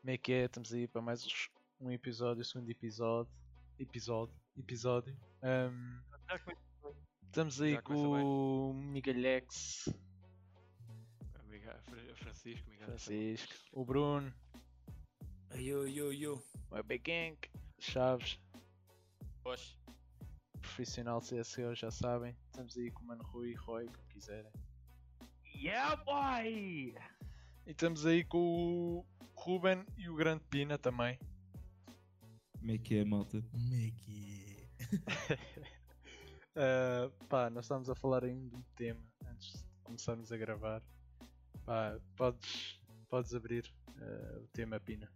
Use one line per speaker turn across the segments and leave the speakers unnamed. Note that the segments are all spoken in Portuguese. Como é que é? Estamos aí para mais um episódio, segundo episódio. Episódio. Episódio. Ahm,
Já começou.
estamos aí
Já
com
começa bem.
o Miguelhex,
Obrigado, Fra- Francisco, obrigado.
Francisco, o Bruno,
Yo, yo, yo.
o Big Gang, Chaves,
Pois,
profissional CSGO, já sabem. Estamos aí com o Mano Rui, Roy, como quiserem.
Yeah, boy!
E estamos aí com o Ruben e o Grande Pina também.
Como é que é, malta?
Como é que é?
Uh, pá, nós estávamos a falar ainda de um tema antes de começarmos a gravar. Pá, podes, podes abrir uh, o tema, Pina.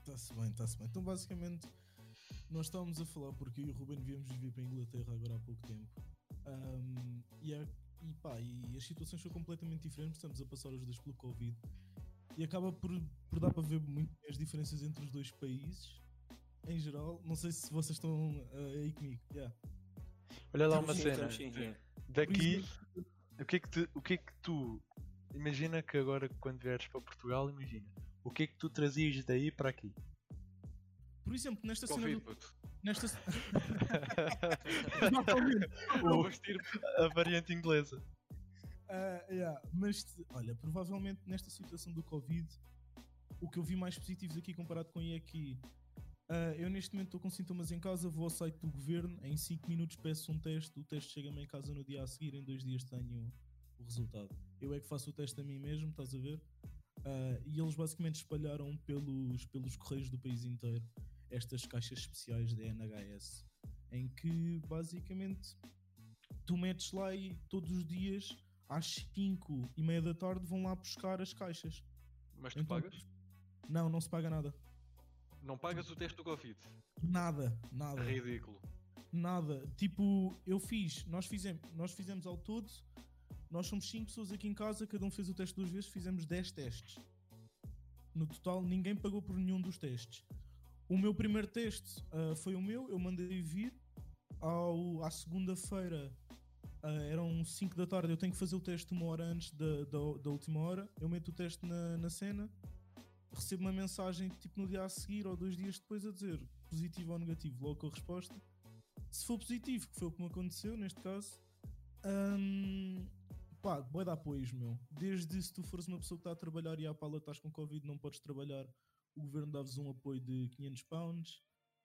Está-se bem, está-se bem. Então, basicamente, nós estávamos a falar porque eu e o Ruben viemos viver para a Inglaterra agora há pouco tempo. Ahm, e, há- e pá, e as situações são completamente diferentes, estamos a passar os dois pelo Covid. E acaba por, por dar para ver muito bem as diferenças entre os dois países. Em geral, não sei se vocês estão ah, aí comigo. Yeah.
Olha lá
Sim,
uma
sim,
cena.
sim, sim. Por
Daqui,
isso
o que, é que te- o que é que tu. Imagina que agora, quando vieres para Portugal, imagina. O que é que tu trazias daí para aqui?
Por exemplo, nesta
Covid,
cena. do-
puto.
Nesta... Exatamente.
Não
O-
vou vestir.
a variante inglesa.
Ah, yeah, Mas, te- olha, provavelmente nesta situação do Covid, o que eu vi mais positivo daqui comparado com aí é que ah, eu neste momento estou com sintomas em casa, vou ao site do governo, em 5 minutos peço um teste, o teste chega-me em casa no dia a seguir, em dois dias tenho o resultado. Eu é que faço o teste a mim mesmo, estás a ver? Ah, e eles basicamente espalharam pelos, pelos correios do país inteiro estas caixas especiais da NHS, em que basicamente tu metes lá e todos os dias às 5 e meia da tarde vão lá buscar as caixas.
Mas tu
Então-
pagas?
Não, não se paga nada.
Não pagas o teste do Covid.
Nada, nada,
Ridículo.
nada. Tipo, eu fiz, nós fizemos, nós fizemos ao todo, nós somos 5 pessoas aqui em casa, cada um fez o teste duas vezes, fizemos 10 testes. No total, ninguém pagou por nenhum dos testes. O meu primeiro teste ah, foi o meu, eu mandei vir. Ao, à segunda-feira, ah, eram 5 da tarde, eu tenho que fazer o teste uma hora antes da, da, da última hora. Eu meto o teste na, na cena, recebo uma mensagem tipo no dia a seguir ou dois dias depois a dizer positivo ou negativo, logo com a resposta. Se for positivo, que foi o que me aconteceu neste caso, hum, pá, boi de apoios, meu. Desde se tu fores uma pessoa que está a trabalhar e à pala estás com Covid, não podes trabalhar, o governo dá-vos um apoio de 500 pounds,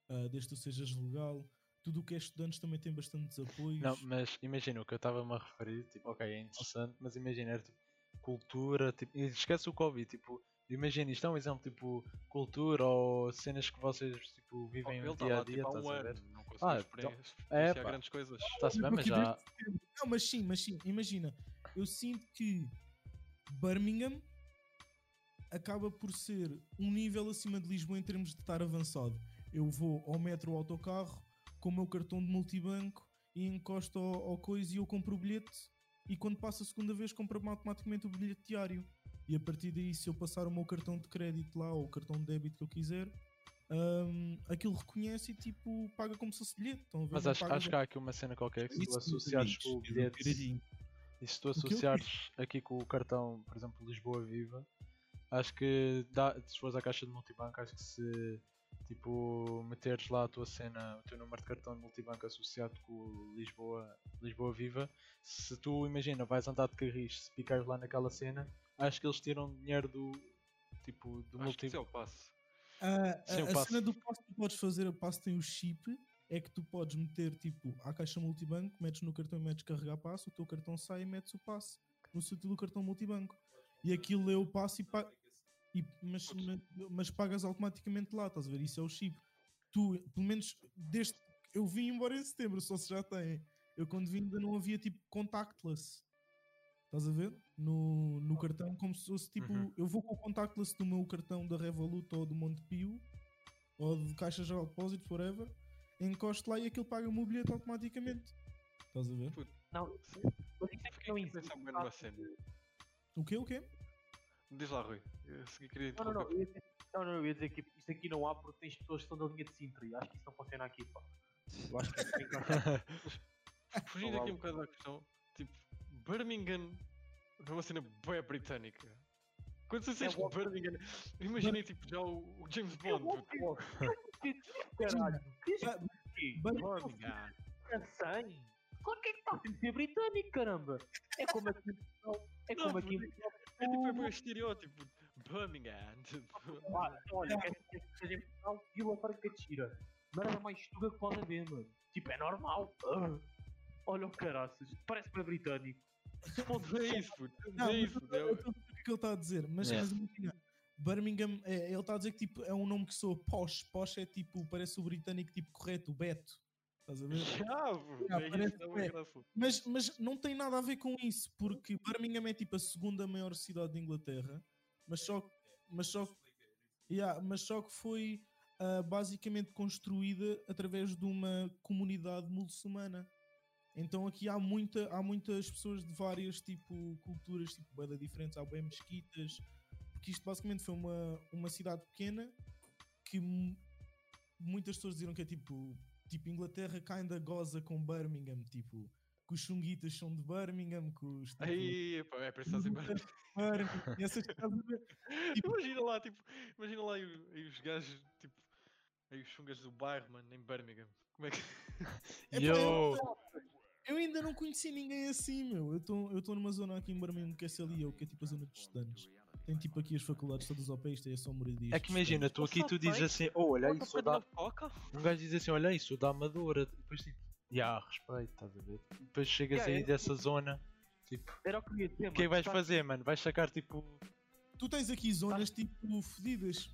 ah, desde que tu sejas legal. Tudo o que é estudantes também tem bastantes apoios.
Não, mas imagina o que eu estava-me a referir, tipo, ok, é interessante, mas imagina, era tipo, cultura, tipo, e esquece o Covid, tipo, imagina, isto é um exemplo, tipo, cultura ou cenas que vocês, tipo,
Oh,
vivem
Ele
no
está
dia a
lá
dia,
tipo há
estás
um
a ver?
ano. Não
Ah, então-
consegues experien-
é,
experienciar
pá.
grandes coisas.
Está-se bem, mas
Porque
já...
Não, mas sim, mas sim. Imagina, eu sinto que Birmingham acaba por ser um nível acima de Lisboa em termos de estar avançado. Eu vou ao metro ou ao autocarro com o meu cartão de multibanco e encosto ao, ao coisa e eu compro o bilhete e quando passo a segunda vez compro automaticamente o bilhete diário. E a partir daí, se eu passar o meu cartão de crédito lá ou o cartão de débito que eu quiser, hum, aquilo reconhece e tipo paga como se fosse bilhete. Estão a ver?
Mas
Não
acho,
paga-
acho que há aqui uma cena qualquer que se tu
Isso, meus
associares
amigos,
com o
é do
bilhete
Piradinho.
e se tu
que eu
associares aqui com o cartão, por exemplo, Lisboa Viva, acho que dá, se fores à caixa de multibanco, acho que se tipo meteres lá a tua cena, o teu número de cartão de multibanco associado com o Lisboa, Lisboa Viva, se tu imagina, vais andar de carris, se picares lá naquela cena, acho que eles tiram dinheiro do tipo do
Acho que isso é
multibanco.
o passo.
Ah,
Sim, o
a, a
passo.
cena do passo que tu podes fazer, a passo tem o chip, é que tu podes meter tipo à caixa multibanco, metes no cartão e metes carregar passo, o teu cartão sai e metes o passo no sentido do cartão multibanco. E aquilo é o passo e, pa- e- mas, mas, mas pagas automaticamente lá, estás a ver? Isso é o chip. Tu, pelo menos, desde eu vim embora em setembro, só se já tem. Eu quando vim ainda não havia tipo contactless. Estás a ver? No, no cartão, como se fosse tipo.
Uhum.
Eu vou com o contactless do meu cartão da Revolut ou do Montepio ou de Caixa Geral de Depósitos, whatever. Encosto lá e aquilo paga-me o bilhete automaticamente. Estás a ver?
Não,
Sim.
mas isso é
Porquê
que não
que pensa
existe.
bem numa
Ah,
cena?
O quê? O quê?
Diz lá, Rui. Eu segui- queria
Não, não, não,
interromper.
eu ia dizer, não, não, eu ia dizer que isto aqui não há porque tens pessoas que estão da linha de Sintra e acho que isso não funciona aqui, pá. Eu acho que isso tem que acabar.
Fugindo aqui um bocado da questão, tipo, Birmingham é uma cena bué britânica. Quando tu disseste
É o-
Birmingham, imaginei tipo já o, o James
É
Bond. puto.
Caralho, diz
Ba-
porquê?
Birmingham.
Cansei. Claro que é que está a ser britânico, caramba. É como aqui em Portugal. É
Não,
como aqui em
mas
Portugal.
É tipo é meio estereótipo. Birmingham. tipo.
Ah, olha, quer dizer que seja em Portugal, Vila Franca de Xira. Merda é mais estuga que pode haver, mano. Tipo, é normal. Ah. Olha o caraças. Parece para britânico.
Não é isso, puto.
Não,
Não é
mas
isso.
eu
puto. É
eu
o-
estou a ver o que ele está a dizer, mas,
Yeah.
mas imagina, Birmingham, é, ele está a dizer que tipo, é um nome que soa posh. Posh é tipo, parece o britânico tipo correto, o Beto. Estás a ver?
Chave!
Ah,
É
parece
isso, não
que
é
é.
engraçado.
Mas, mas não tem nada a ver com isso, porque Birmingham é tipo a segunda maior cidade da Inglaterra, mas só, mas só, yeah, mas só que foi ah, basicamente construída através de uma comunidade muçulmana. Então aqui há, muita, há muitas pessoas de várias tipo, culturas tipo, bem diferentes, há bem mesquitas, porque isto basicamente foi uma, uma cidade pequena que mu- muitas pessoas diziam que é tipo, tipo Inglaterra que ainda goza com Birmingham, tipo, que os chunguitas são de Birmingham, que os tipo,
Aí, pá, é pensar assim.
Birmingham, Birmingham, essas coisas. Tipo-
Imagina lá, tipo, imagina lá aí, o- aí os gajos, tipo, aí os chungas do bairro, mano, em Birmingham. Como é que.
É pá,
Yo!
Eu ainda não conheci ninguém assim, meu. Eu estou numa zona aqui em Birmingham que é CLIO, que é tipo a zona dos estudantes. Tem tipo aqui as faculdades todas ao pé, isto é só moradias.
É que imagina, tu aqui tu dizes assim, oh, olha isso, sou da... um gajo diz assim, olha isso, sou da Amadora, e depois tipo, ya, respeito, estás a ver? E Depois chegas
Yeah,
aí
é.
dessa zona,
Era o que eu ia dizer,
o que é que vais
Tá-
fazer, mano? Vais sacar tipo,
Tu tens aqui zonas tipo fodidas.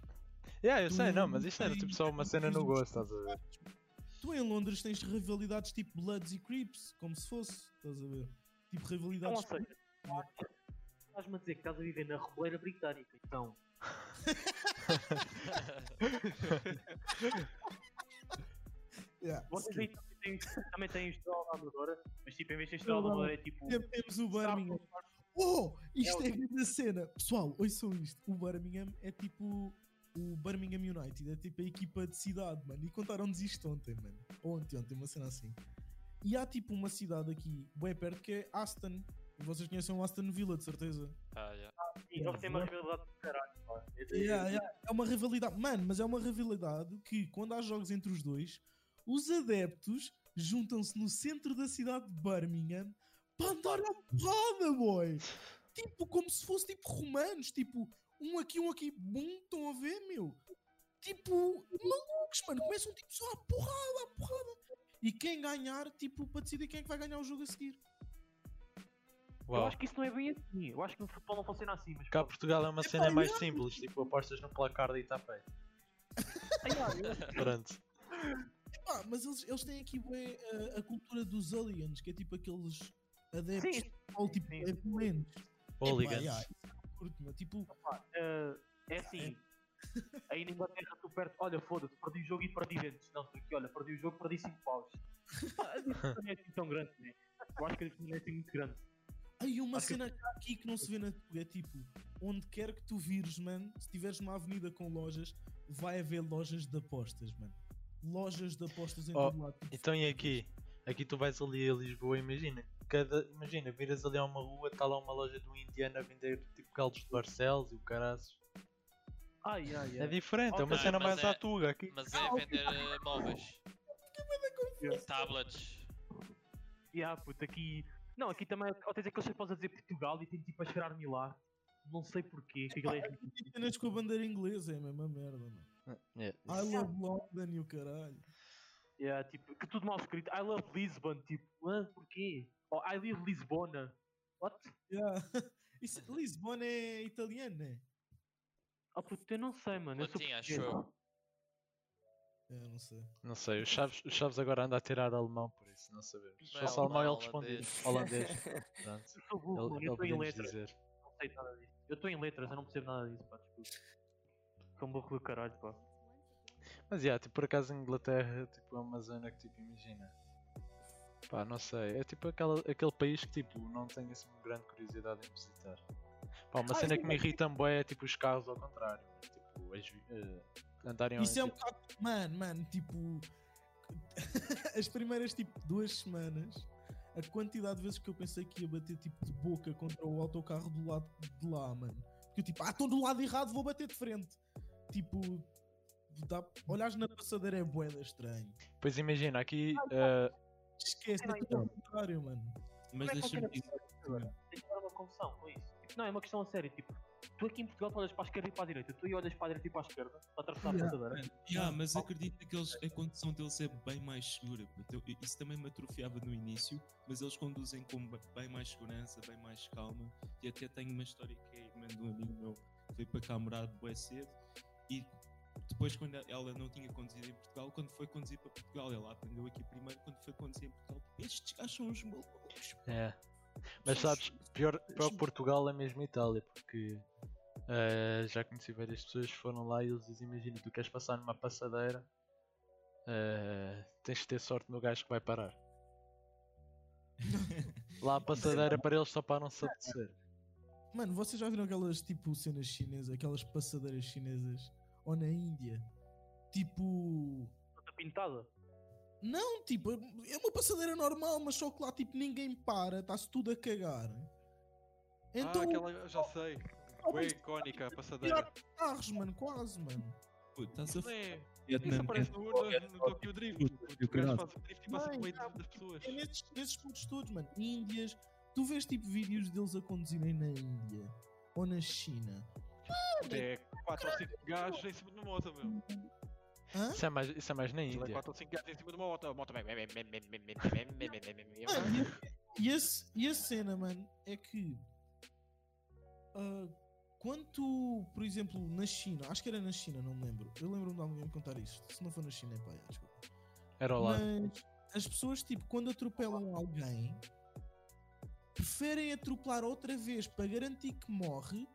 yeah, Ah. eu sei, não,
Tu
mas isto era tipo só uma
tens-
cena no
tens-
gosto, estás a ver?
Tu em Londres tens rivalidades tipo Bloods e Creeps, como se fosse, estás a ver? Tipo
Não, ou
rivalidades.
seja, estás-me a dizer que estás a viver na Reboleira Britânica, então.
tipo, Yeah,
Vocês aí também têm, também têm estrela da Amadora, mas tipo, em vez de
Não,
estrela da
não.
Amadora é tipo. é
Sempre Temos o Birmingham. Oh, isto é a grande cena. Pessoal, ouçam isto. O Birmingham é tipo o Birmingham United, é tipo a equipa de cidade, mano. E contaram-nos isto ontem, mano. Ou ontem, ontem, uma cena assim. E há tipo uma cidade aqui, bem perto, que é Aston. Vocês conhecem o Aston Villa, de certeza.
Ah, já.
Sim, ele tem é? uma rivalidade de caralho, pá. É de-
Uhum. Yeah, yeah. É uma rivalidade, mano, mas é uma rivalidade que quando há jogos entre os dois, os adeptos juntam-se no centro da cidade de Birmingham para andar a porrada, boy! Tipo, como se fosse tipo romanos, tipo, um aqui, um aqui, bum, estão a ver, meu? Tipo, malucos, mano, começam tipo só a porrada, a porrada. E quem ganhar, tipo, para decidir quem é que vai ganhar o jogo a seguir.
Eu
Uau,
acho que isso não é bem assim. Eu acho que no futebol não funciona assim, mas.
cá
pronto.
Portugal é uma cena mais simples, tipo apostas no placar e está feito.
Ah, yeah, eu-
Pronto.
Epá, mas eles, eles têm aqui bué, eh, a, a cultura dos aliens, que é tipo aqueles adeptos
Sim,
de futebol, tipo,
sim.
abelentes. Epá, yeah,
Hooligans.
isso eu não curto, meu. Tipo,
Ah, é assim. Aí na Inglaterra tu perdes, olha, foda-te, perdi o jogo e perdi dentes. Não, tu aqui, olha, perdi o jogo, perdi 5 paus. Pá, A diferença não é assim tão grande, né? Eu acho que a diferença não é assim muito grande.
aí uma
Acho que-
cena que há aqui que não se vê na Tuga, é tipo, onde quer que tu vires, mano, se tiveres uma avenida com lojas, vai haver lojas de apostas, mano. Lojas de apostas em
Oh,
todo lado. tipo,
Então e aqui? Aqui tu vais ali a Lisboa, imagina. Cada, imagina, viras ali a uma rua, está lá uma loja do indiano a vender tipo caldos de Barcelos e o caraças.
Ai, ai,
É
ai.
diferente, é uma
Ok,
cena
mas
mais
é-
à tuga aqui.
Mas é vender eh, móveis. Tablets.
Yeah, puto, aqui. Não, aqui também, ou tens aqueles chapéus a dizer Portugal e tem tipo a cheirar-me lá. Não sei porquê. que aquilo é ridículo.
tem cenas com a bandeira inglesa, é a mesma merda, mano. I love London e o caralho.
Yeah, tipo, que tudo mal escrito. I love Lisbon, tipo, ah, porquê? Ou I live Lisbona. What?
Yeah. Isso, Lisbona é italiano, né?
Ah, puto, eu não sei, mano. Eu sou
Latim, acho
português.
eu.
É, não sei.
Não sei, os Chaves, os Chaves agora anda a tirar alemão, por isso não sabemos. Se
Não é
fosse alemão ele
alemão,
respondia. Holandês.
holandês.
Pronto.
Eu sou burro, mano,
Ele,
eu
ele
estou em
podia
letras.
dizer.
não sei nada disso. Eu estou em letras, eu não percebo nada disso, pá, desculpa. Sou um burro do caralho, pá.
Mas yeah, tipo, por acaso a Inglaterra tipo, é uma zona que tipo, imagina. Pá, não sei. É tipo aquela, aquele país que tipo, não tenho assim uma grande curiosidade em visitar. Pá, uma
Ah,
cena
eu
que me irrita bem é tipo os carros ao contrário. Tipo, as, vi- eh, andarem
Isso é um
tipo,
bocado. Mano, mano, tipo. As primeiras tipo duas semanas, a quantidade de vezes que eu pensei que ia bater tipo de boca contra o autocarro do lado de lá, mano. que eu tipo, ah, estou do lado errado, vou bater de frente. Tipo, dá, olhares na passadeira é boeda estranho.
Pois imagina, aqui
Ah,
eh,
Esquece, é
Peraí,
tudo ao contrário, mano.
Mas
Como é que
deixa-me
qualquer
dizer.
Tem que dar uma confusão com isso. Tipo, não, é uma questão a sério. Tipo, tu aqui em Portugal tu olhas para a esquerda e para a direita. Tu aí olhas para a direita e para a esquerda. Para atravessar a é?
Yeah.
passadeira.
Yeah, mas acredito que eles, a condução deles é bem mais segura. puto. Eu- Isso também me atrofiava no início, mas eles conduzem com ba- bem mais segurança, bem mais calma. E até tenho uma história que a irmã de um amigo meu veio para cá morar bem cedo e depois, quando ela não tinha conduzido em Portugal, quando foi conduzir para Portugal, ela aprendeu aqui primeiro. Quando foi conduzir em Portugal, estes gajos são os malucos.
É. Mas sabes, pior para Portugal é mesmo Itália, porque eh, já conheci várias pessoas que foram lá e eles dizem, imagina, tu queres passar numa passadeira, eh, tens de ter sorte no gajo que vai parar. Lá a passadeira para eles só param-se a descer.
Mano, vocês já viram aquelas tipo cenas chinesas, aquelas passadeiras chinesas? Ou na Índia? Tipo.
Está pintada.
Não, tipo, é uma passadeira normal, mas só que lá tipo ninguém para, está-se tudo a cagar. Então,
Ah, aquela, já sei.
oh,
Bem
mas
icónica, a
tirar
passadeira.
carros, mano, quase, mano.
Puto, Estás a
Não
f...
é? Isso
Vietnam
aparece no, no, no Tokyo Drift. O gajo
caralho.
faz o drift e passa
Bem,
pelo meio
tá.
das pessoas.
É nesses, nesses pontos todos, mano. Índias, tu vês tipo vídeos deles a conduzirem na Índia ou na China.
É 4 ou 5 gajos em cima de uma moto, meu.
Hã?
Isso é mais, isso é mais na
Aquilo é
Índia.
4 ou 5 gajos em cima de uma moto. A moto vai. vai, vai, vai, vai, vai, vai, vai, vai, vai, vai, vai.
Mano, e, e esse- e a cena, mano, é que ah, quando tu, por exemplo, na China, acho que era na China, não me lembro. Eu lembro-me de alguém me contar isto. Se não for na China, é pá, é, desculpa.
Era lá.
Mas as pessoas, tipo, quando atropelam alguém, preferem atropelar outra vez para garantir que morre,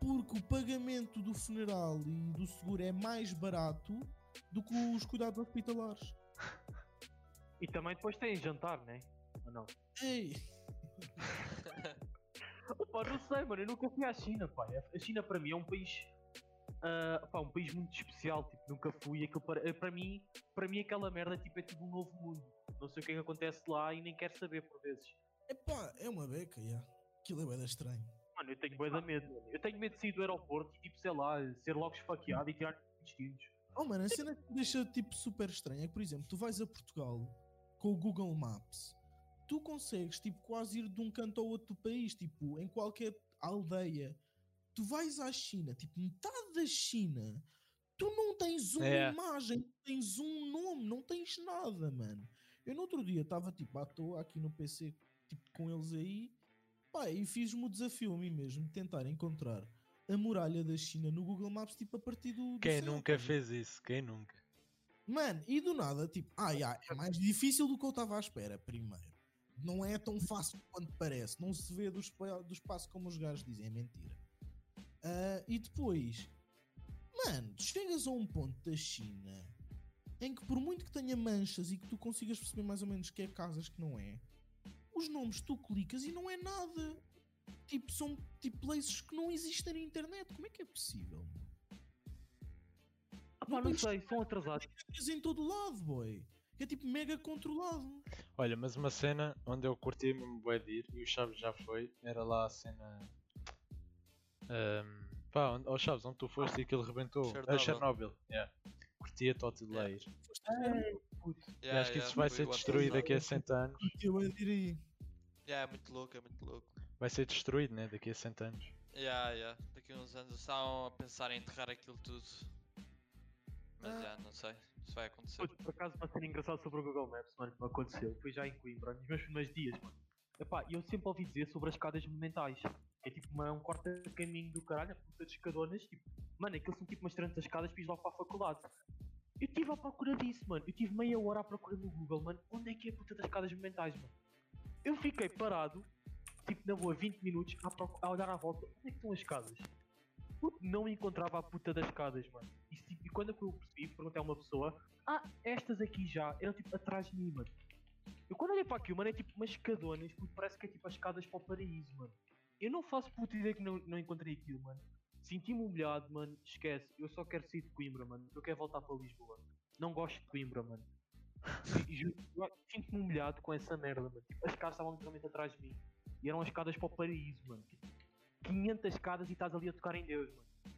porque o pagamento do funeral e do seguro é mais barato do que os cuidados hospitalares.
E também depois tem jantar, né? Ou não?
Ei!
Pá, não sei, mano. Eu nunca fui à China, pá. A China para mim é um país. ah, pá, um país muito especial, tipo, nunca fui. Aquilo para, eh, para mim, para mim, aquela merda tipo, é tipo um novo mundo. Não sei o que é que acontece lá e nem quero saber por vezes.
Epá, é uma beca, yeah. Aquilo é bué da estranho.
Mano, eu tenho bué de medo, mano. Eu tenho medo de sair do aeroporto e, tipo, sei lá, ser logo esfaqueado e tirar destinos.
Oh, mano, a cena que me deixa tipo super estranha é que, por exemplo, tu vais a Portugal com o Google Maps, tu consegues tipo quase ir de um canto ao outro do país, tipo, em qualquer aldeia. Tu vais à China, tipo, metade da China, tu não tens uma
É.
imagem, não tens um nome, não tens nada, mano. Eu no outro dia estava tipo à toa aqui no PC, tipo, com eles aí, pá, e fiz-me o desafio a mim mesmo de tentar encontrar a muralha da China no Google Maps, tipo, a partir do. do
Quem
céu,
nunca
mano.
fez isso? Quem nunca?
Mano, e do nada, tipo, ah, já, é mais difícil do que eu estava à espera, primeiro. Não é tão fácil quanto parece. Não se vê do, espa- do espaço como os gajos dizem, é mentira. Ah, e depois, mano, chegas a um ponto da China em que, por muito que tenha manchas e que tu consigas perceber mais ou menos que é casas que não é, os nomes tu clicas e não é nada. Tipo, são tipo places que não existem na internet. Como é que é possível? mano?
Ah, pá, não
tens-
sei, são atrasados.
Tens em todo lado, boy. Que é tipo mega controlado.
Olha, mas uma cena onde eu curti mesmo bué de ir, e o Chaves já foi, era lá a cena... Ahm, pá, onde, oh Chaves, onde tu foste e aquilo rebentou? A
Chernobyl.
Chernobyl, yeah. Curti a Totti de lá ir.
É
E
Yeah,
acho que
yeah,
isso vai
foi
ser
o
destruído
Atlas.
daqui a 60 anos.
Eu ia dizer aí.
Yeah, é muito louco, é muito louco.
Vai ser destruído, né? Daqui a 100 anos.
Yeah, yeah. Daqui a uns anos eles estavam a pensar em enterrar aquilo tudo. Mas já, não sei se vai acontecer.
Puto, por acaso uma cena engraçada sobre o Google Maps, mano, que me aconteceu. Foi já em Coimbra, nos meus primeiros dias, mano. Epá, eu sempre ouvi dizer sobre as escadas monumentais. É tipo uma, um corta-caminho do caralho, a puta de escadonas, tipo, mano, aquilo são tipo umas 30 escadas para ir logo para a faculdade. Eu estive à procura disso, mano. Eu tive meia hora à procura no Google, mano. Onde é que é a puta das escadas monumentais, mano? Eu fiquei parado, tipo, na boa, 20 minutos, à procu- a olhar à volta. Onde é que estão as escadas? Puto, Não encontrava a puta das escadas, mano. E, se- e quando eu percebi, perguntei a uma pessoa, ah, estas aqui já eram tipo atrás de mim, mano. Eu quando olhei para aquilo, mano, é tipo umas escadonas, porque parece que é tipo as escadas para o paraíso, mano. Eu não faço puta ideia que não, não encontrei aquilo, mano. Senti-me humilhado, mano. Esquece, eu só quero sair de Coimbra, mano. Eu quero voltar para Lisboa. Não gosto de Coimbra, mano. E- e juro, eu Sinto-me humilhado com essa merda, mano. Tipo, as escadas estavam literalmente atrás de mim. E eram as escadas para o paraíso, mano. 500 escadas e estás ali a tocar em Deus, mano.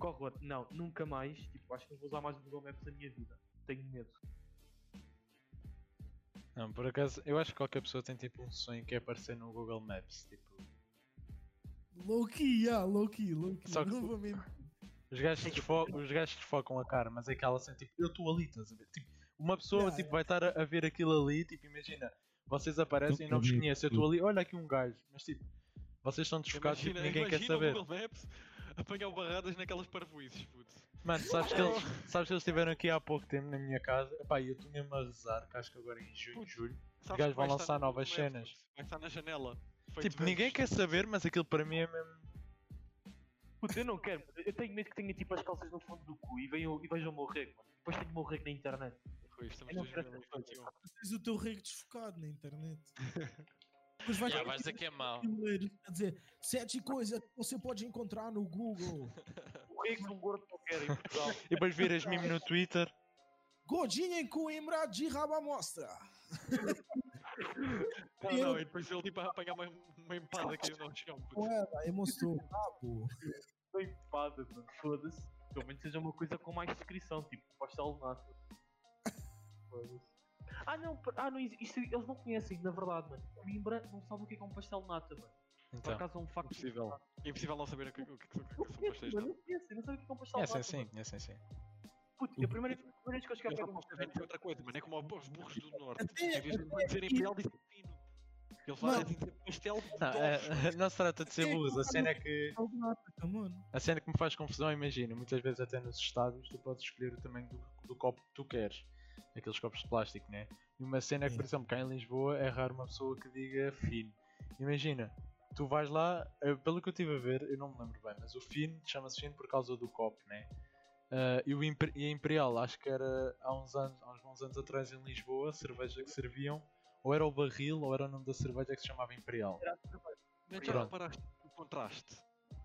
Que horror. Não, nunca mais. Tipo, acho que não vou usar mais o Google Maps na minha vida. Tenho medo.
Não, por acaso, eu acho que qualquer pessoa tem tipo um sonho que é aparecer no Google Maps. Tipo,
Low-key, ah, low-key, low-key.
Só que-
Não vou mentir.
os gajos, desfo os gajos desfocam a cara, mas é aquela cena tipo, eu estou ali, estás a ver? Tipo, uma pessoa
Yeah,
tipo, vai estar a, a ver aquilo ali, tipo, imagina, vocês aparecem e
Não
não vos
vi
conhecem, eu estou ali, olha aqui um gajo, mas tipo, vocês são desfocados, tipo,
Imagina,
ninguém
imagina
quer saber.
o Google Maps apanhar barradas naquelas parvoízes, puto.
Mano, sabes que, eles, sabes que eles estiveram aqui há pouco tempo na minha casa? Epá, e eu estou mesmo a rezar, que acho que agora é em junho,
Putz,
julho.
Sabes
gajos
que vai
vão
estar
lançar
no Google
novas
Maps,
cenas.
puto. Vai estar na janela. feito
Tipo, ninguém
anjos.
quer saber, mas aquilo para mim é mesmo.
Putz, eu não quero. mano. Eu tenho medo que tenha tipo as calças no fundo do cu e venham, e vejam o meu rego, mano. Depois tenho o meu rego na internet.
Rui, estamos
Eu
em
não quero essas
2021.
coisas.
Tens o teu rego desfocado na internet. Depois
Já vais é
ter
a queimar.
é tipo a dizer sete coisas que você pode encontrar no Google.
O rego de um gordo qualquer em Portugal.
E depois viras meme no Twitter.
Gordinho em Coimbra de rabo à mostra.
Não, não, e depois ele tipo a apanhar uma, uma empada que não chão,
Com
puto.
ela, e mostrou o rabo.
Estou empada, mano. Foda-se. Pelo menos seja uma coisa com mais descrição, tipo, pastel de nata. Foda-se. Ah não, per- ah, não isso- isso eles não conhecem, na verdade, mano. Coimbra não sabe o que é que é um pastel de nata, mano. Por
Então,
acaso é um facto
Impossível. É impossível não saber o que, o que, o que, o
Não
que são vocês.
conhecem, mano, não conhecem, não sabem o que é um pastel de
conhecem
nata.
sim,
mano.
conhecem sim.
Puto, a primeira, a primeira vez que eu cheguei a
Eles
pegar
não
um pastel de
percebem
nata,
que é outra coisa, mano. É como aos burros do norte.
Até-
Em vez de
até
dizerem
aqui-
pial, dizem pino. Eles lá
Não.
dizem pastel de
Não,
nozes.
é- não se trata de ser burros, a cena é que.
Pastel de nata,
é,
come on.
A cena que me faz confusão, imagina, muitas vezes até nos estádios tu podes escolher o tamanho do, do copo que tu queres. Aqueles copos de plástico, né? E uma cena é que, por exemplo, cá em Lisboa é raro uma pessoa que diga fino. Imagina, tu vais lá, eh, pelo que eu estive a ver, eu não me lembro bem, mas o fino chama-se fino por causa do copo, né? Ah, e, o Imper- e a Imperial, acho que era há uns, anos, há uns bons anos atrás em Lisboa, a cerveja que serviam, ou era o barril, ou era o nome da cerveja que se chamava Imperial.
Mas já
Pronto.
reparaste o contraste?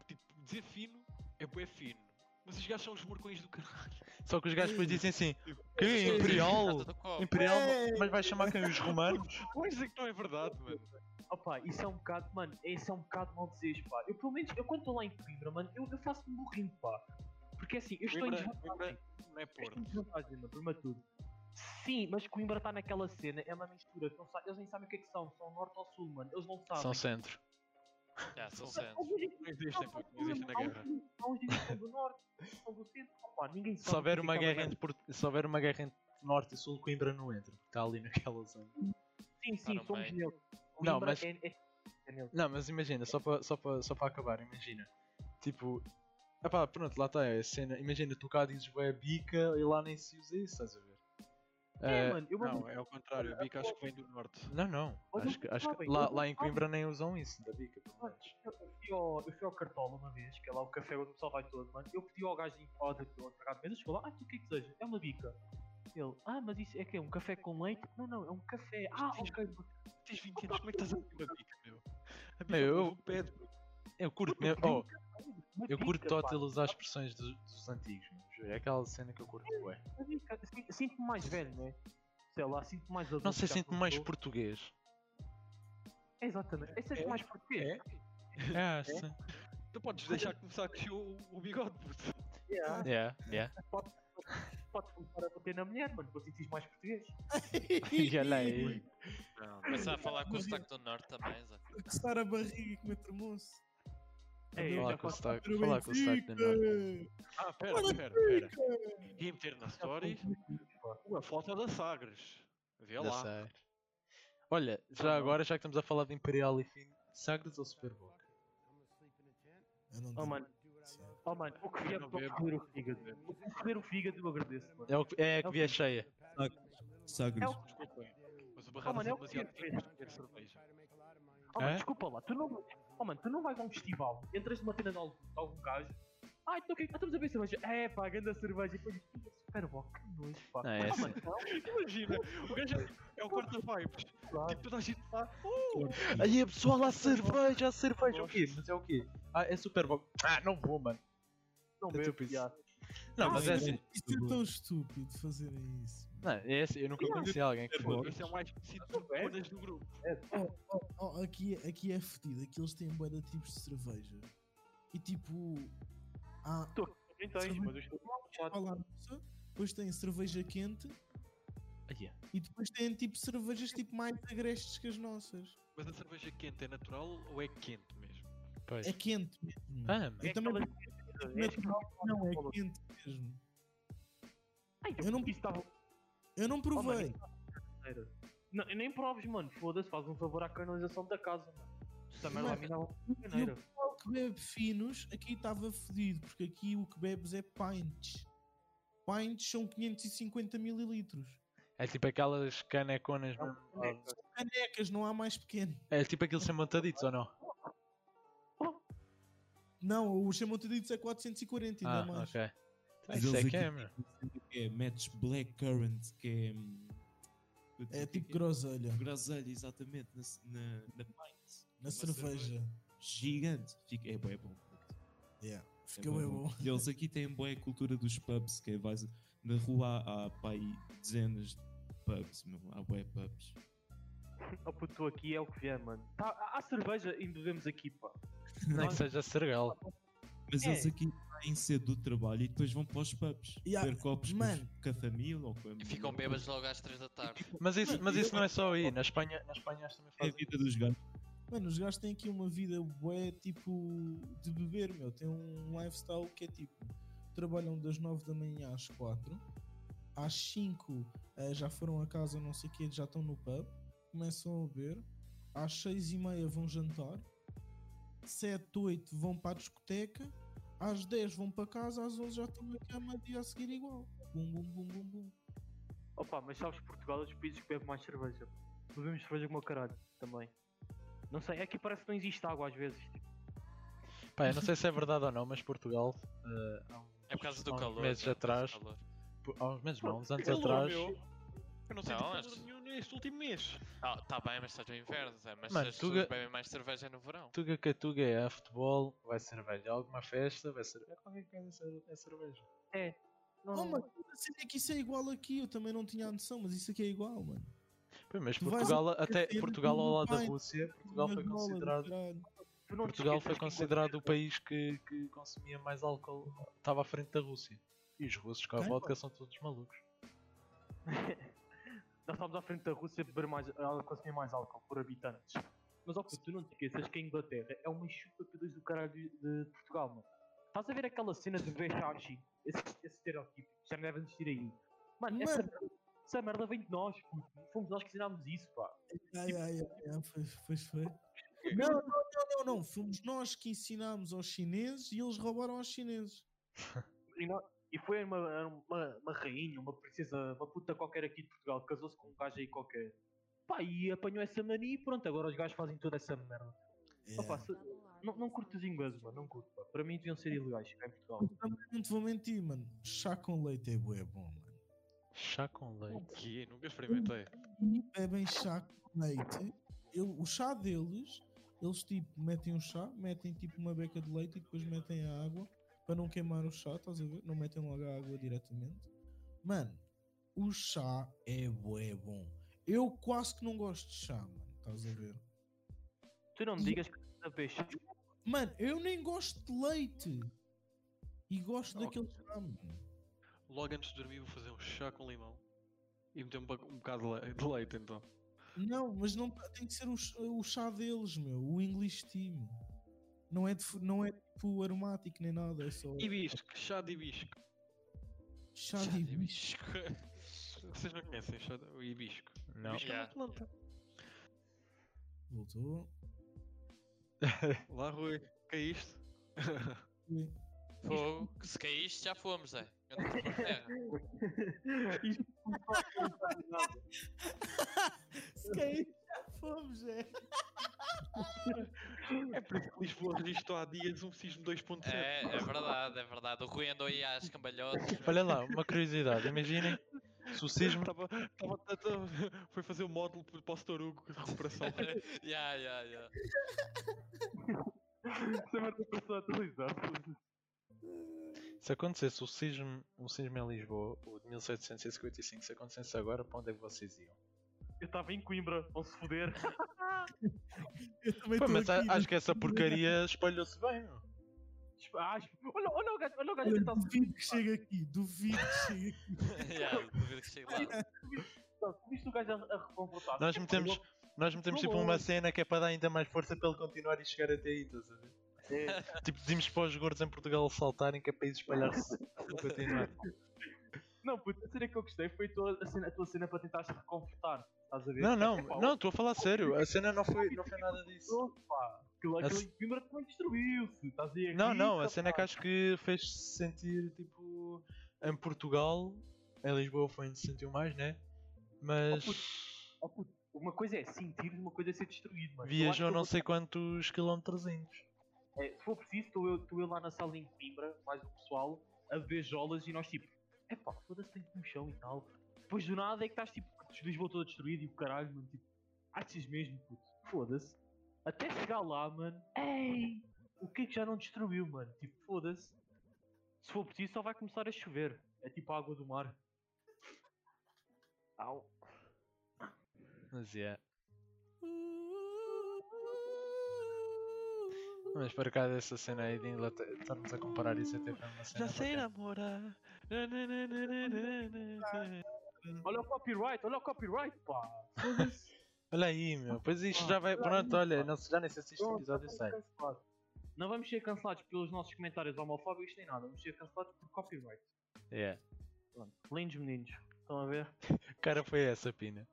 Tipo, dizer fino é bué fino. Mas os gajos são os morcões do caralho.
Só que os gajos depois dizem assim:
Tipo,
Que Imperial?
Tá tudo copo.
Imperial,
Ei!
mas vai chamar quem? Os romanos?
Coisa que não é verdade, mano.
Opa, isso é um bocado, mano, isso é um bocado mal dizer, pá. Eu pelo menos, eu quando estou lá em Coimbra, mano, eu, eu faço-me burrinho, pá. Porque assim, eu estou em
Coimbra,
desvantagem.
Coimbra não é
Esta
Porto.
desvantagem, mano, primeiro de tudo. Sim, mas Coimbra está naquela cena, é uma mistura, que não sa- eles nem sabem o que é que são, são norte ou sul, mano, eles não sabem.
São centro.
Já, sou
Mas
sendo.
alguns dizem que
Não existem,
são
puto, não existem na
sul,
guerra.
alguns- Alguns dizem que são do norte, outros são do centro, opá, ninguém sabe.
Se houver,
o que
uma
é que é
guerra entre, Port- se houver uma guerra entre norte e sul, Coimbra não entra, porque está ali naquela zona.
Sim,
Tá
sim,
no
é.
somos
meio.
neutros.
Não,
Coimbra
mas-
É, é, é neutro.
Não, mas imagina, só para só pra, só pra acabar, imagina. Tipo, epá, pronto, lá está é a cena. Imagina, tu cá dizes é bica e lá nem se usa isso, estás a ver?
É,
Eh,
mano, eu
Não, é ao contrário. A bica acho que vem do norte.
Não, não.
Olha,
é, Acho que, acho que
sabem,
lá,
eles
lá em
sabem.
Coimbra nem usam isso, da bica, pelo
Mano,
menos.
eu eu fui, ao, eu fui ao Cartola uma vez, que é lá o café onde o pessoal vai todo, mano. Eu pedi ao gajo de empada que eu pagava mesmo, chegou lá, ah, tu o que é que deseja? É uma bica. Ele, ah, mas isso é que é um café com leite? Não, não, é um café. Ah, ok.
Tens 20 anos, como é que estás a comer a bica, meu? A bica
Meu, eu-
é um pede.
Eu curto,
Puta,
mesmo-
pedi um
oh,
café, uma
eu curto
bica, pá.
Total usar as expressões dos, dos antigos, mano, juro, É aquela cena que eu curto, ué.
Uma bica. Sin- Sinto-me mais velho, né? Sei lá, sinto-me mais adulto.
Não sei,
já
sinto-me
como
mais
sou.
português.
É, Exatamente. É, sinto-me mais português.
É?
É, sim.
Tu podes deixar começar a crescer o, o bigode, puto.
Yeah.
Yeah, yeah.
Podes começar a bater na mulher, mano, para sentir mais português.
E olha aí.
Começar a falar com o sotaque do norte também, Zé.
Estar a barriga que me tremoço.
É, eu
Falar
já
com o
faço
sotaque, falar com o sotaque do norte.
Ah, pera,
Olha a
pera, pera. Ia meter na story a foto é da Sagres. Vê
Já
lá.
sei. Olha, já agora, já que estamos a falar de Imperial e fim, Sagres ou Super Bowl?
Eu não
Oh, mano. Oh, mano, o que vier
Não
para
bebo.
foder o fígado. O que foder o fígado eu agradeço, mano.
É, o que, é a que via cheia.
Sagres.
é o-
Desculpa, mas o
Oh,
barrado
mano,
é
é o que
demasiado
eu-
tempo para beber cerveja.
Oh, mano,
É?
desculpa lá, tu não, oh, mano, tu não vais a um festival, entras numa cena de algum, de algum gajo, ah, então o que é que estamos a ver cerveja? É pá, grande cerveja, e depois "Ih, super bom, que nojo, pá.
Não, é
Ah, mano,
Imagina, o gajo é- é o corta vibes.
claro.
Tipo, toda a gente lá.
Aí a pessoal lá, cerveja, cerveja. O quê? Mas é o quê? Ah, é Super Bowl. Ah, não vou, mano.
não
é
bebo,
tipo isso.
já.
Não, mas é assim.
Isso é tão estúpido fazerem isso.
Não, é assim, eu nunca conheci alguém que
Pô,
foi.
Isso é o mais conhecido por todas do grupo.
Oh, oh, oh, aqui, é- aqui é fedido, aqui eles têm bué de tipos de cerveja. E tipo, há
Nem tens, mas os teus não, quatro.
palavras, depois tem cerveja quente e depois tem tipo cervejas tipo mais agrestes que as nossas.
Mas a cerveja quente é natural ou é quente mesmo?
Pois.
É quente mesmo.
Ah, mas-
Eu
É
também
aquelas- é aquelas-
natural, não, é quente mesmo.
Ai,
Eu
eu
não-
não disse que estava
Eu não provei.
Era. Não, eu nem proves, mano. Foda-se, faz um favor à canalização da casa, mano. Também
Mano,
lá me dá um
E o pessoal que bebe finos aqui estava fedido, porque aqui o que bebes é pints. Pints são 550 mililitros.
É tipo aquelas caneconas mesmo.
Canecas, É não há mais pequeno.
É tipo aqueles chamantaditos ou não?
Não, o chamam-te de dizer 440, ainda
Ah,
mais.
ok. Então,
Mas
Isso é
eles
que
aqui-
é, meu.
Que é match black currant, que é. hum, eu digo
É
o que
tipo
que é?
groselha,
groselha, exatamente, na, c- na, na pint.
na
Uma
cerveja.
Gigante. Fica, é, bom, é bom.
Yeah.
É
Fica bem bom.
E Eles aqui têm boa cultura dos pubs, que é vais na rua há, há pá, aí dezenas de pubs, meu. Há boé pubs.
Oh, puto, tu aqui é o que vier, mano. Tá, há, há cerveja e bebemos aqui, pá.
é
Nem que seja cereal.
Mas
É.
eles aqui saem cedo do trabalho e depois vão para os pubs.
Yeah,
Beber copos com,
mano.
os- com a família ou com a
E
mulher.
ficam bêbados logo às 3 da tarde.
Mas isso, mas isso não é só aí. Na Espanha, na Espanha eles também
É a
fazem.
vida dos gajos.
Mano, os gajos têm aqui uma vida bué, tipo, de beber, meu. Tem um lifestyle que é tipo, trabalham das 9 da manhã às 4, às 5 eh, já foram a casa, não sei o quê, já estão no pub, começam a beber, às 6 e meia vão jantar, 7, 8 vão para a discoteca, às 10 vão para casa, às 11 já estão na cama, dia a seguir igual. Bum, bum, bum, bum, bum.
Opa, mas sabes, Portugal é dos países que bebe mais cerveja. Bebemos cerveja como o caralho, também. Não sei, é que parece que não existe água às vezes. Tipo,
Pá, eu não sei se é verdade ou não, mas Portugal, eh, há uns-
É por causa
há
do
uns
calor.
meses
é por causa
atrás,
do calor.
por- há uns meses não, uns
Pô,
anos
calor,
atrás,
meu. Eu não sei
Não,
não,
este-
nenhum neste último mês.
Ah, tá bem, mas estás no inverno, Zé. Mas
Mano,
as
tu
pessoas
ga-
bebem mais cerveja no verão.
Tuga Catuga é futebol, vai cerveja, alguma festa, vai cerveja, é qualquer coisa é cer- é cerveja.
Não,
Oh, mano, a cena é que isso é igual aqui, eu também não tinha a noção, mas isso aqui é igual, mano.
Pô, mas
Tu vais
Portugal,
a-
até
ter
Portugal ao
um
lado da
pint,
Rússia, Portugal foi
Uma bola do
considerado,
caralho.
tu não
Portugal
te esqueças
foi
que é quando-
considerado o país que, que consumia mais álcool, estava à frente da Rússia. E os russos com a
Ok,
vodka são todos malucos.
Nós estamos à frente da Rússia a beber mais, a consumir mais álcool por habitantes. Mas ó, puto, tu não te esqueças que a Inglaterra é uma chupa P2 do caralho de, de Portugal, mano. Estás a ver aquela cena de Vexaxi? Esse, esse estereótipo que já não deve existir aí. Mano, Essa,
Mano.
merda, essa merda vem de nós, puto. Fomos nós que ensinámos isso, pá.
Ai, ai, ai, ai, pois, pois foi. Não, não, não, não, não. Fomos nós que ensinámos aos chineses e eles roubaram aos chineses.
E, nó- e foi uma, era uma, uma rainha, uma princesa, uma puta qualquer aqui de Portugal, casou-se com um gajo aí qualquer. Pá, e apanhou essa mania e pronto, agora os gajos fazem toda essa merda. Opa, se- não, não curto os ingleses, mano, não curto. Pá. Para mim deviam ser ilegais cá em Portugal.
Não te vou mentir, mano. Chá com leite é bué bom, mano.
Chá com leite.
Que? Nunca experimentei.
Bebem chá com leite. Eu- o chá deles, eles tipo metem o chá, metem tipo uma beca de leite e depois metem a água para não queimar o chá, estás a ver? Não metem logo a água diretamente. Mano, o chá é bué bom. Eu quase que não gosto de chá, mano. Estás a ver?
Tu não me
E-
digas que a peixe.
Mano, eu nem gosto de leite. E gosto daquele chá, mano.
Logo antes de dormir vou fazer um chá com limão. E meter um, ba- um bocado de le- de leite então.
Não, mas não tem que ser o, ch- o chá deles, meu. O English tea, meu. Não é, de, fu- não é tipo aromático nem nada, é só
Hibisco, chá de hibisco.
chá de hibisco.
Vocês não conhecem chá de... o hibisco?
Não.
Hibisco é uma
Yeah.
planta.
Voltou.
Lá Rui, é caíste?
Ui.
Fogo, que se caíste já fomos, Zé. Eu não estou por terra.
Isto não faz nada.
Se cair, já fomos, é.
É por isso que Lisboa registrou há dias um sismo 2.7.
É, é verdade, é verdade. O Rui andou aí às cambalhotas.
Olha lá, uma curiosidade, imaginem se o sismo
Tava, tava, tava- foi fazer o módulo para o Storugo de recuperação.
É. yeah, yeah, yeah.
Essa merda passou a atualizar.
Se acontecesse o sismo, um sismo em Lisboa, o de 1755, se acontecesse agora, para onde é que vocês iam?
Eu estava em Coimbra, vão se foder.
Eu também
Pô,
estou
mas a-
aqui, né?
acho que essa porcaria espalhou-se bem, meu.
Ah, olha, olha o gajo, olha o gajo
Olha,
que tá- está
duvido que chegue aqui, duvido que chegue aqui.
yeah, duvido que chegue lá.
Tu tá- viste o gajo a, a reconfortar.
Nós metemos, nós metemos tipo uma cena que é para dar ainda mais força para ele continuar e chegar até aí, estás a ver? Tipo, dizemos para os gordos em Portugal saltarem que é para isso espalhar-se para continuar.
Não, puto, a cena que eu gostei foi a tua, a cena, a tua cena para tentar te reconfortar. Estás a ver?
Não, não,
Epá,
não, estou a falar sério. A cena não foi, não foi nada disso.
Nossa, pá. Aquilo,
A
aquilo
c-
em Coimbra também destruiu-se. Estás a ver?
Não,
aqui,
não, a
tá,
cena é que
pá.
acho que fez-se sentir, tipo, em Portugal, em Lisboa foi onde se sentiu mais, né? Mas
Oh, puto, Uma coisa é sentir, uma coisa é ser destruído, mano. Eu acho que
viajou
eu
não
vou-
sei quantos quilómetrozinhos.
É, se for preciso, estou eu, estou eu lá na sala em Coimbra, mais o pessoal, a ver jolas e nós tipo, epá, foda-se, tem que no chão e tal. Depois do nada é que estás tipo, Lisboa toda destruída e o caralho, mano, tipo, achas mesmo, puto, foda-se. Até chegar lá, mano, ei, o que é que já não destruiu, mano? Tipo, foda-se. Se for preciso, só vai começar a chover. É tipo a água do mar. Au.
Mas é. Mas para cá dessa cena aí de Inglaterra, estarmos a comparar isso até foi uma cena.
Já sei
bacana.
namorar. Na, na, na, na, na, na, na.
Olha o copyright, olha o copyright, pá.
Olha aí, meu. Pois isto já vai. Pronto, olha, não, se- já nem sei
Então,
se este episódio sai.
é Não vamos ser cancelados pelos nossos comentários homofóbicos nem nada, vamos ser cancelados por copyright.
É.
Pronto. Lindos meninos, estão a ver?
O cara foi essa, Pina.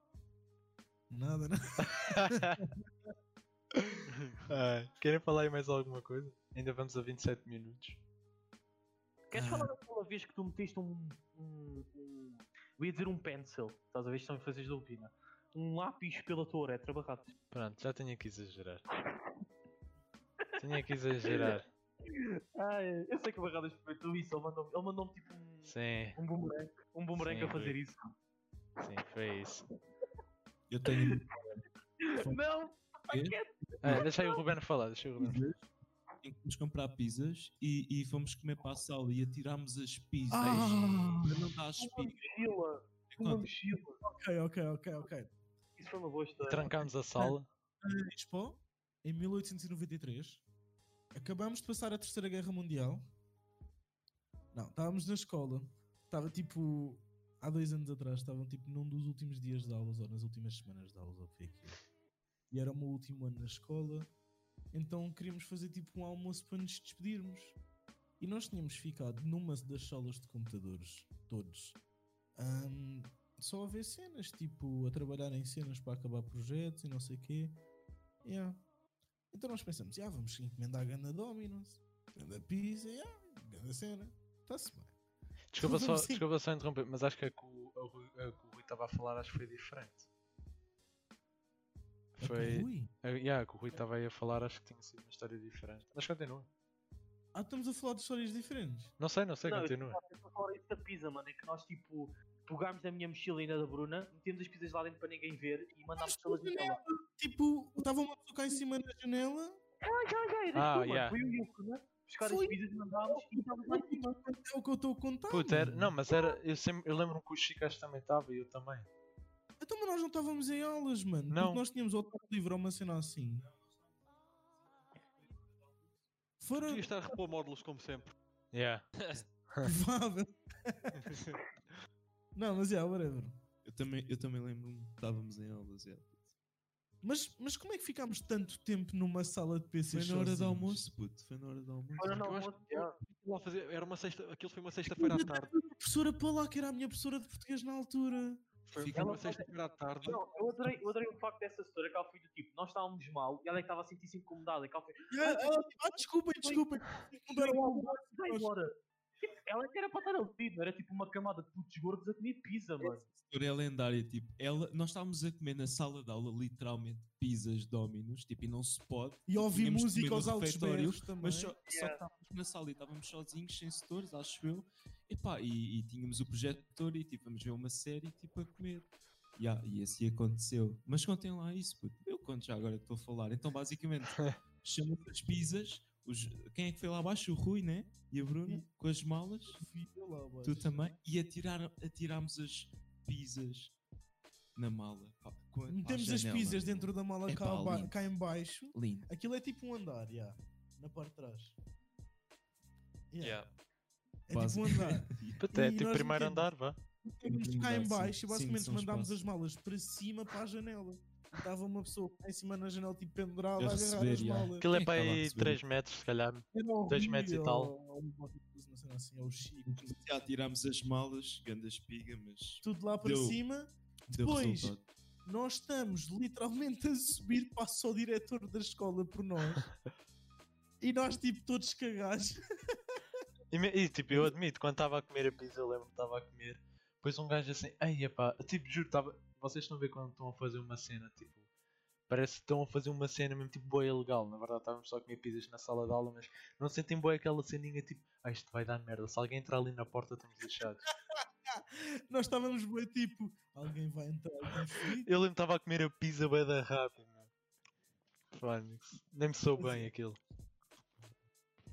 Nada, nada.
Ah, querem falar aí mais alguma coisa? Ainda vamos a 27 minutos.
Queres
Ah.
falar daquela vez que tu meteste um, um, um- Eu ia dizer um pencil, estás a ver? é Estão a fazer da opina. Um lápis pela tua uretra, barrato.
Pronto, já tinha que exagerar. Tinha que exagerar.
Ah, é, eu sei que o Barradas experimentou isso, ele mandou-me ele mandou tipo um,
Sim,
um boomerang, um boomerang
Sim,
a fazer
foi.
isso.
sim, foi isso.
Eu tenho.
Não!
Quê?
Ah, deixa aí o Ruben falar, deixa aí o Ruben.
pizzas, em que fomos comprar pizzas e, e fomos comer para a sala e atirámos as pizzas
Ah,
para não dar as
Uma
espigas.
mochila! Uma
Conta,
mochila!
ok, ok, ok, ok.
Isso foi uma boa
E
história.
trancámos a sala.
Em Lisboa, em 1893, acabamos de passar a Terceira Guerra Mundial. Não, estávamos na escola. Estava tipo. Há dois anos atrás, estavam tipo num dos últimos dias de aulas ou nas últimas semanas de aulas, ou o que é que é. E era o meu último ano na escola, então queríamos fazer tipo um almoço para nos despedirmos. E nós tínhamos ficado numa das salas de computadores, todos, ahm, só a ver cenas, tipo a trabalhar em cenas para acabar projetos e não sei o quê. Yeah. Então nós pensamos, yeah, vamos encomendar a ganda Dominos, ganda pizza, yeah, ganda cena, está-se bem.
Desculpa só,
assim.
Sim.
desculpa só interromper, mas acho que a que o, a Rui- a que o Rui estava a falar acho que foi diferente.
É com
Foi.
Rui.
A, yeah, a que o Rui estava aí a falar acho que tinha sido uma história diferente. Mas continua.
Ah, estamos a falar de histórias diferentes.
Não sei, não sei,
Não,
continua.
Eu estou a falar isso da pizza, mano. É que nós, tipo, pegámos da minha mochila e na da Bruna, metemos as pizzas lá dentro para ninguém ver e mandámos pelas janelas.
Tipo, estava uma pessoa cá em cima na janela
Ah, já, já, eras
Ah,
tu, mano.
yeah.
Foi eu e o Bruna buscar
Fui.
as pizzas, mandámos e estávamos lá em cima.
É o que eu estou a contar.
Puta,
Hum.
era-
mano.
não, mas era. Eu, sempre- eu lembro-me que o Chico acho que também estava e eu também.
Então, mas nós não estávamos em aulas, mano.
Não.
Porque nós tínhamos outro livro ou uma cena assim. Foram.
Devia estar a repor módulos como sempre.
Yeah.
Provável. não, mas é, yeah, whatever.
Eu também, eu também lembro-me que estávamos em aulas. É.
Mas, mas como é que ficámos tanto tempo numa sala de
Foi
PCs?
na hora
sozinhos?
do almoço, puto. Foi na hora do almoço.
Olha,
Eu
não,
acho
moço, já.
Lá fazer, era uma sexta, aquilo foi uma sexta-feira à tarde.
A professora Paula, que era a minha professora de português na altura.
Foi
Fica-
uma sexta-feira à tarde.
Não, eu adorei, eu adorei o facto dessa história que ela foi do tipo, nós estávamos mal e ela é que estava a sentir-se incomodada. Que ela foi,
Yeah, ela- ah, desculpem, desculpem. Mudaram o almoço.
vai embora. Tipo, ela é que era para estar ali, não era tipo uma camada de putos gordos a comer pizza, mano.
história é lendária, tipo, ela, nós estávamos a comer na sala de aula literalmente pizzas Dominos, tipo, e não se pode,
E ouvi
Tínhamos de
música
comer
aos
no
altos
refeitório,
berros também.
mas só, só que estávamos na sala e estávamos sozinhos, sem setores, acho eu, Epá, e, e tínhamos o projetor e tipo, vamos ver uma série, tipo, a comer. Ya, e assim aconteceu. Mas contem lá isso, puto. eu conto já agora que estou a falar. Então, basicamente, chamamos as pizzas, Os- quem é que foi lá abaixo? O Rui, né? E a Bruna,
Sim.
com as malas.
Fui lá abaixo.
Tu também. E atiraram, atirámos as pizzas na mala. pá, com a- à
Metemos as
janela.
pizzas dentro da mala
É
cá,
pá,
aba-
lindo.
cá em baixo.
Lindo.
Aquilo é tipo um andar, já. Na parte de trás. Ya,
Yeah.
É
Quase.
tipo um andar.
Patético,
nós
é tipo primeiro
metemos-
andar, vá.
Metemos cá
Sim,
em baixo
sim,
e basicamente
são
mandámos
espaços.
as malas para cima para a janela. Estava uma pessoa lá em cima na janela tipo pendurada
Eu
a agarrar
receber,
as
ya.
malas.
Aquilo
Quem
é
é que
para
tá lá a
aí
receber?
3 metros, se calhar.
Era
dois metros e
horrível, um
tal.
ou qualquer coisa, não sei lá assim, é o Chico.
Já atirámos as malas, ganda espiga, mas
Tudo lá para
Deu.
cima.
deu
Depois,
resultado.
Nós estamos literalmente a subir para só o diretor da escola por nós. e nós tipo todos cagados.
E, me- e, tipo, eu admito, quando estava a comer a pizza, eu lembro que estava a comer, depois um gajo assim, ai pá, tipo, juro, tava... vocês estão a ver quando estão a fazer uma cena, tipo, parece que estão a fazer uma cena mesmo tipo boa ilegal, na verdade estávamos só a comer pizzas na sala de aula, mas não sentem boa aquela ceninha tipo, ai isto vai dar merda, se alguém entrar ali na porta estamos lixados.
Nós estávamos bem tipo, alguém vai entrar vamos fugir.
Eu lembro que estava a comer a pizza bué da rápido, meu. Fónix, nem me sou bem aquilo.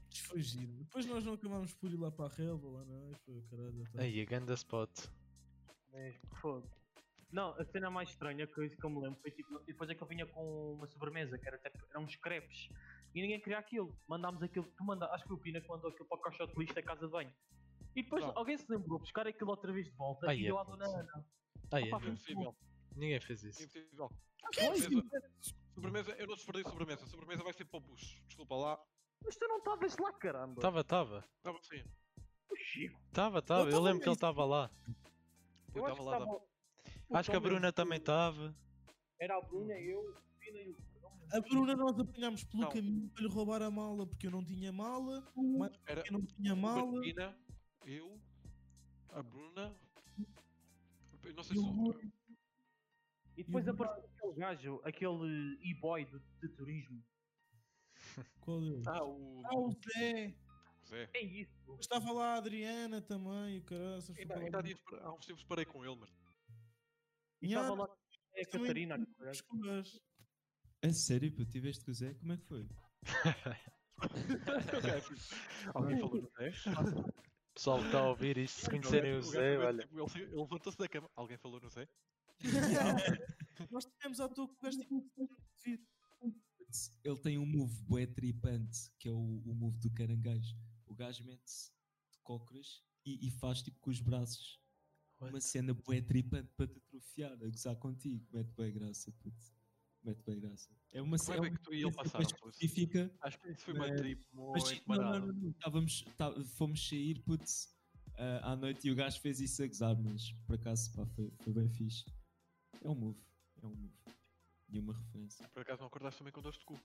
Vamos fugir. Depois nós não acabámos por ir lá para a relva, lá não, e foi o caralho. então.
Ai, a ganda spot.
Mesmo, fogo. Não, a cena mais estranha que, eu- que eu me lembro foi tipo, e depois é que eu vinha com uma sobremesa, que era até, eram uns crepes, e ninguém queria aquilo. Mandámos aquilo, tu manda, acho que foi o Pina que mandou aquilo para o caixote de lixo da casa de banho. E depois
Não.
alguém se lembrou de buscar aquilo outra vez de volta
Ai,
e
é
deu à
puto.
dona Ana.
Ai,
Opa,
é, meu.
Impossível,
ninguém fez isso.
impossível.
é
Mas,
Sobremesa, eu não desperdiço sobremesa. Sobremesa vai ser para o bucho. Desculpa lá.
mas tu não estavas lá, caramba.
Estava, estava,
Estava assim.
o Chico.
estava, estava, eu
tava
lembro que ele
mesmo.
estava lá.
Eu
acho
estava
que
lá.
tava-
tava-
o
Acho que a
Tommy
Bruna
era-
também estava.
Era a Bruna, eu, o Pina e o.
A Bruna nós apanhámos pelo
Não.
caminho para lhe roubar a mala, porque eu não tinha mala,
Era
eu não tinha
a
mala.
Marina, eu, a Bruna. Eu não sei
E
se.
o
o-
E depois
o-
apareceu aquele gajo, aquele e-boy de, de turismo.
Qual é?
Ah, o.
Ah, o Zé!
Zé.
É isso.
Estava lá a Adriana também, o caralho.
Ainda, ainda há, dias, para- há uns tempos parei com ele, mas.
Estava lá é a
também-
Catarina. aquele gajo.
A sério, pô, tiveste com o Zé? Como é que foi?
é?
Alguém falou do Zé?
Pessoal que está a ouvir isto, se conhecerem o
gajo
Zé,
foi
olha.
tipo, Ele, se- ele levantou-se da cama. Alguém falou no Zé?
Nós tivemos à toa que o gajo tinha que vir.
Ele tem um move bué tripante, que é o, o move do caranguejo. O gajo mete-se de cócoras e, e faz tipo com os braços.
What?
Uma cena bué tripante para te atrofiar, a gozar contigo. Mete bué graça, puto. Mete bué graça. É uma
Como é bem que tu e ele passaram? pô?
específica.
Acho que isso foi uma
Mas-
trip
Mas
muito
não, não,
barata.
não, não. Estávamos, tá- fomos sair, putz, ah, à noite e o gajo fez isso a gozar, mas por acaso pá, foi, foi bem fixe. É um move, é um move. E uma referência.
Por acaso não acordaste também com dois de cu?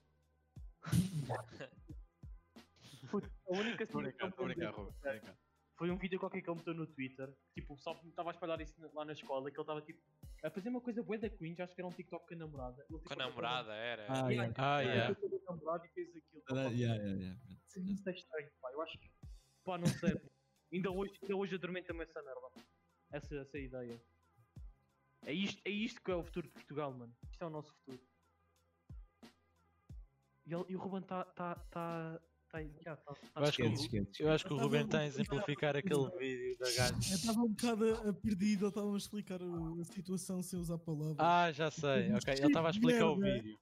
Puto, A única
Estou a
cena que
brincar,
eu
estou a
me
brincar,
lembro
Ruben. tô a brincar.
foi um vídeo qualquer que ele meteu no Twitter. Tipo, o pessoal estava a espalhar isso na- lá na escola. Que ele estava tipo a fazer uma coisa boa da Queen. Acho que era um TikTok com a namorada. Ele, tipo,
Com a namorada, era.
Ah,
Yeah,
yeah.
Ah,
ele
yeah.
fez a namorada e fez aquilo.
Ah, yeah, yeah, yeah.
Isso é muito estranho, pá. Eu acho que. Pá, não sei. ainda hoje, ainda hoje adormenta-me essa merda. Essa, essa ideia. É isto, é isto que é o futuro de Portugal, mano. Isto é o nosso futuro. E, ele- e o Ruben está. Tá, tá, tá, já, tá, tá
Eu acho que o-
Esquece, esquece.
Eu acho que o
Eu tava
Ruben está a
muito
exemplificar aquele vídeo da
Eu
gaja.
estava um bocado a- a perdido, ele estava a explicar o- a situação sem usar palavras.
Ah, já sei, ok. Ele estava a explicar o vídeo.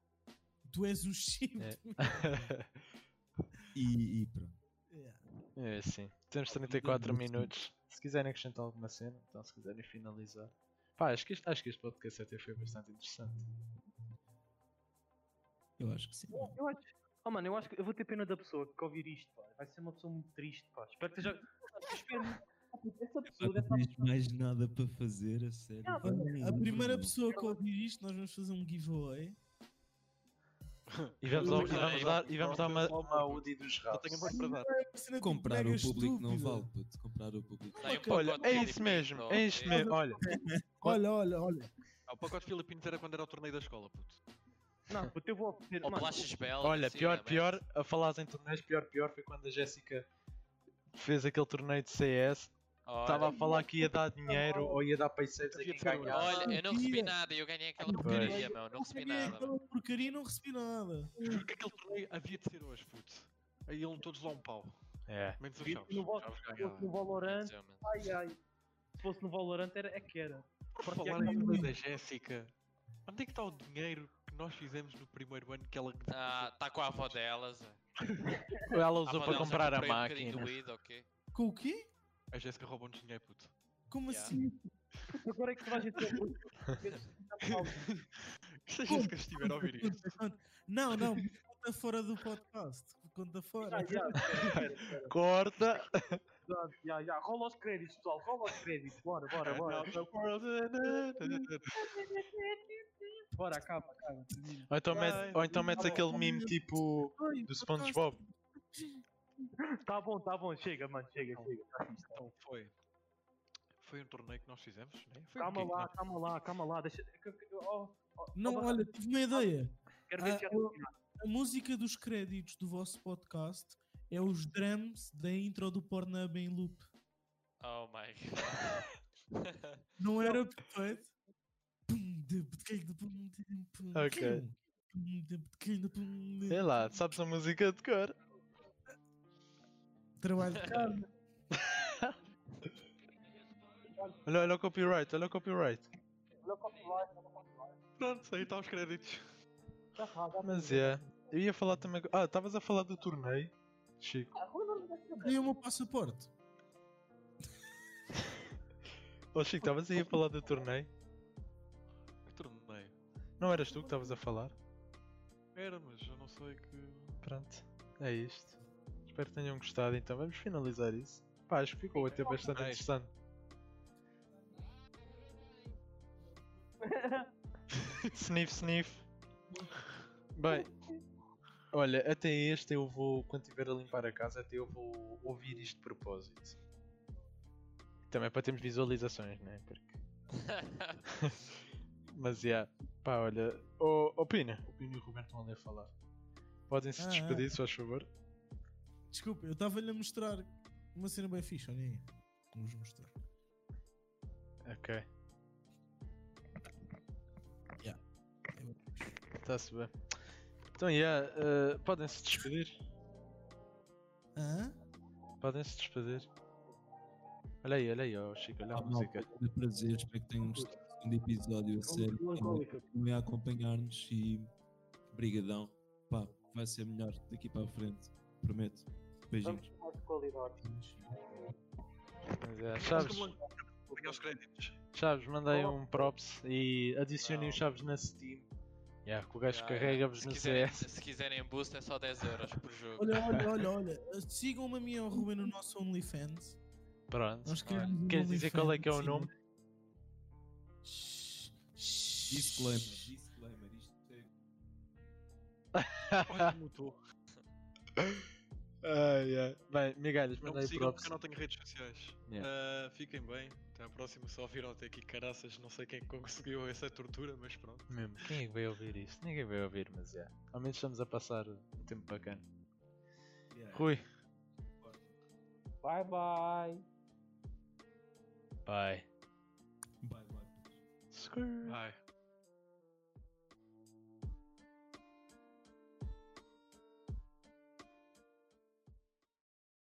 Tu és o Chico.
É.
E, e pronto.
Yeah.
É assim. Temos 34 minutos. Se quiserem acrescentar alguma cena, então se quiserem finalizar. Pá, acho que este, acho que este podcast até foi bastante interessante.
Eu acho que sim.
Eu- Eu acho, oh, mano, eu acho que eu vou ter pena da pessoa que ouvir isto, pá. Vai ser uma pessoa muito triste, pá. Espero que seja. Eu espero- Essa pessoa
é
Não
deve estar.
tens mais nada para fazer, a sério.
Não,
Vai,
A primeira
Bruno.
pessoa que ouvir isto, nós vamos fazer um giveaway.
E vamos,
Eu
ao-
vou
e vamos dar, e vamos dar uma,
falar
uma
muito.
UDI dos
Não
ratos.
tenho um mais para dar.
Uma cena, tipo,
Comprar
mega
o público não
estúpida.
vale, puto. Comprar o público.
Tem um
ok.
Olha,
pacote
é
de
isso mesmo,
Filipinos,
é isto mesmo. Olha,
Olha, olha, olha.
Ah, O pacote Filipinos era quando era o torneio da escola, puto.
Não, puto, eu vou oferecer.
Ou
mano,
bolachas belas.
Olha,
assim,
pior,
né,
pior, a falar em torneios, pior, pior foi quando a Jéssica fez aquele torneio de CS.
mas- Olha,
Estava a falar que ia dar dinheiro ou ia dar paysaves a
Devia
quem
ser um-
ganhasse.
Olha, eu não recebi
Mentira.
nada, eu ganhei aquela
Pois.
porcaria, meu. Não né?
Eu
recebi
ganhei
nada. meu.
aquela porcaria e não recebi nada.
é Juro que aquele torneio havia de ser hoje, puto. Aí iam todos lá um pau.
É.
Menos os
Isso
chaves.
no voto-
Chaves
Se
ganhava.
fosse
ah,
no Valorant,
Quer dizer, mano.
ai ai. Se fosse no Valorant era, é que era.
Ah,
Por
Porque
falar
é
em
que-
da Jéssica, onde é que está o dinheiro que nós fizemos no primeiro ano que ela.
Ah, tá com a avó delas. é.
Ela
A avó
usou para
delas já
comprar a
comprei um bocadinho
máquina.
de weed, ok?
Com o quê?
A Jéssica roubou-nos dinheiro, puto.
Como
Yeah.
assim?
Agora é que toda a gente tem muito.
Se a Jéssica estiver a ouvir isto.
Não, não, conta fora do podcast. Conta fora.
Ah,
Já, já,
Corta!
já, já, já. Rola os créditos, pessoal. Rola os créditos. Bora,
É,
bora, bora.
um
Bora, acaba, acaba. termina.
Ou então, mete, ou então metes aquele meme tipo
Ai,
do
podcast.
SpongeBob.
Tá bom, tá bom. Chega, mano. Chega, chega.
Então foi. Foi um torneio que nós fizemos, né? Foi um
Calma
bocadinho
lá, calma lá, calma lá. Deixa. Oh, oh,
Não,
oh,
olha, tive uma ideia.
Quero ver
Ah,
se já
eu-
terminar.
A música dos créditos do vosso podcast é os drums da intro do Pornhub em loop.
Oh my god.
Não era perfeito? Pum, de- pequeno, pum, de- pum,
Ok.
pequeno, pum, de- pequeno, pum, de-
Sei lá, sabes a música de cor?
Trabalho de casa.
Olha, olha o copyright, olha o copyright.
Olha o copyright, olha o copyright.
Pronto, aí está os créditos.
Já está, já
Mas é. Eu ia falar também. Ah, estavas a falar do torneio. Chico.
está. Rola os créditos.
Queria o meu passaporte.
Oh, Chico, estavas aí a falar do torneio.
Que torneio?
Não eras tu que estavas a falar?
Era, mas eu não sei que.
Pronto. É isto. Espero que tenham gostado então. Vamos finalizar isso. Pá, acho que ficou até bastante
Ok.
interessante. sniff, sniff. Bem, olha, até este eu vou, quando estiver a limpar a casa, até eu vou ouvir isto de propósito. Também para termos visualizações, né? Porque... Mas, yeah. pá, olha, oh, oh, Pina, o Pina e o Roberto estão ali a falar. Podem se
Ah,
despedir, se faz favor.
Desculpa, eu estava-lhe a mostrar uma cena bem fixe, olha aí. Vamos mostrar.
Ok, está-se bem. Então, yeah, eh, podem se despedir.
Hã?
Podem se despedir. Olha aí, olha aí, oh, Chico, olha a música.
É prazer, espero que tenham gostado do segundo episódio a sério. Continuem a acompanhar-nos e brigadão. Pá, vai ser melhor daqui para a frente. Prometo.
Vamos
Beijinhos.
com mais qualidade.
Mas, yeah, Chaves,
Peguei os créditos.
Chaves, mandei um props e adicionem os Chaves na Steam. Yeah, que o gajo
Yeah,
carrega-vos
Se
no
quiserem-
CS.
Se quiserem boost é só 10 euros por jogo.
Olha, olha, olha, olha. Sigam-me a mim e ao Ruben no nosso OnlyFans.
Pronto.
Nós queremos um
Queres dizer qual é que é o
OnlyFans,
nome?
sim.
Disclaimer. Disclaimer. Isto é
Olha, mutou.
Ai, ai. Bem, migalhas,
Não me
mandei
sigam
props.
porque eu não tenho redes sociais. Ah, fiquem bem. Até à próxima. Só viram até aqui caraças. Não sei quem é conseguiu essa tortura, mas pronto.
Mesmo, quem é que vai ouvir isto? Ninguém vai ouvir, mas é. Ao menos estamos a passar um tempo bacana. Rui,
Bye bye.
bye.
Bye, bye.
Skrrr.
Ai.